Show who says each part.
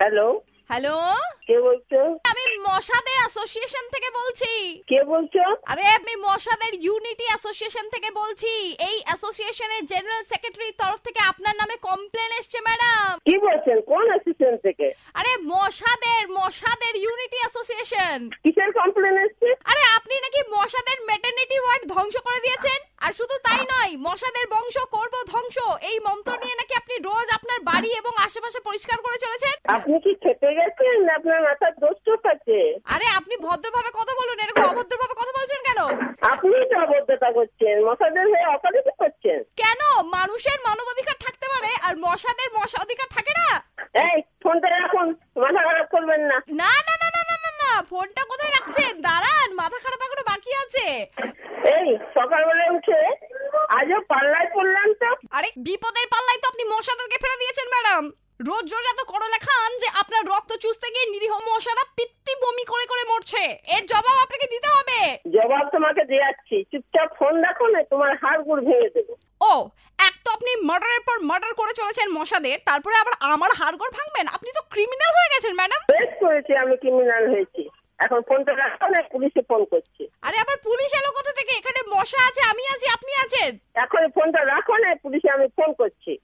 Speaker 1: hello
Speaker 2: hello
Speaker 1: কে বলছো
Speaker 2: আমি মশাদের অ্যাসোসিয়েশন থেকে বলছি
Speaker 1: কে বলছো
Speaker 2: আরে আমি মশাদের ইউনিটি অ্যাসোসিয়েশন থেকে বলছি এই অ্যাসোসিয়েশনের জেনারেল সেক্রেটারির তরফ থেকে আপনার নামে কমপ্লেন এসছে ম্যাডাম
Speaker 1: কি বলছেন কোন অ্যাসিস্ট্যান্ট থেকে
Speaker 2: আরে মশাদের মশাদের ইউনিটি অ্যাসোসিয়েশন
Speaker 1: কিসের কমপ্লেন এসছে
Speaker 2: আরে আপনি নাকি মশাদের মেটার্নিটি ওয়ার্ড ধ্বংস করে দিয়েছেন আর শুধু তাই নয় মশাদের বংশ করব ধ্বংস এই মন্ত্র নিয়ে নাকি আপনি রোজ আপনার বাড়ি এবং আশেপাশে পরিষ্কার করে চলেছেন
Speaker 1: আপনি কি খেতে গেছেন না আপনার মাথার দোষ চোখ আছে
Speaker 2: আরে আপনি ভদ্রভাবে কথা বলুন এরকম অভদ্রভাবে কথা বলছেন কেন
Speaker 1: আপনি তো অবদ্ধতা করছেন মশাদের হয়ে অপরাধী করছেন
Speaker 2: কেন মানুষের মানবাধিকার থাকতে পারে আর মশাদের মশা অধিকার থাকে না
Speaker 1: এই ফোনটা রাখুন মাথা খারাপ করবেন না
Speaker 2: না না না না না না না ফোনটা কোথায় রাখছেন দাঁড়ান মাথা খারাপ এখনো বাকি আছে
Speaker 1: এই সকালবেলা উঠে আজও পাল্লায় পড়লাম তো
Speaker 2: আরে বিপদের পাল্লায় তো আপনি মশাদেরকে ফেলে দিয়েছেন ম্যাডাম রোজ রোজ এত করলে খান যে আপনার রক্ত চুষতে গিয়ে নিরীহ মশারা পিত্তি বমি করে করে মরছে এর জবাব আপনাকে দিতে হবে
Speaker 1: জবাব তোমাকে দেয়াচ্ছি চুপচাপ ফোন রাখো না তোমার হাড় গুড় ভেঙে দেবো
Speaker 2: ও এক তো আপনি মার্ডারের পর মার্ডার করে চলেছেন মশাদের তারপরে আবার আমার হাড়গোড় ভাঙবেন আপনি তো ক্রিমিনাল হয়ে গেছেন ম্যাডাম
Speaker 1: বেশ করেছি আমি ক্রিমিনাল হয়েছি এখন ফোনটা রাখো না পুলিশে ফোন করছি
Speaker 2: আরে আবার পুলিশ এলো কোথা থেকে এখানে মশা আছে আমি আছি আপনি আছেন
Speaker 1: এখন ফোনটা রাখো না পুলিশে আমি ফোন করছি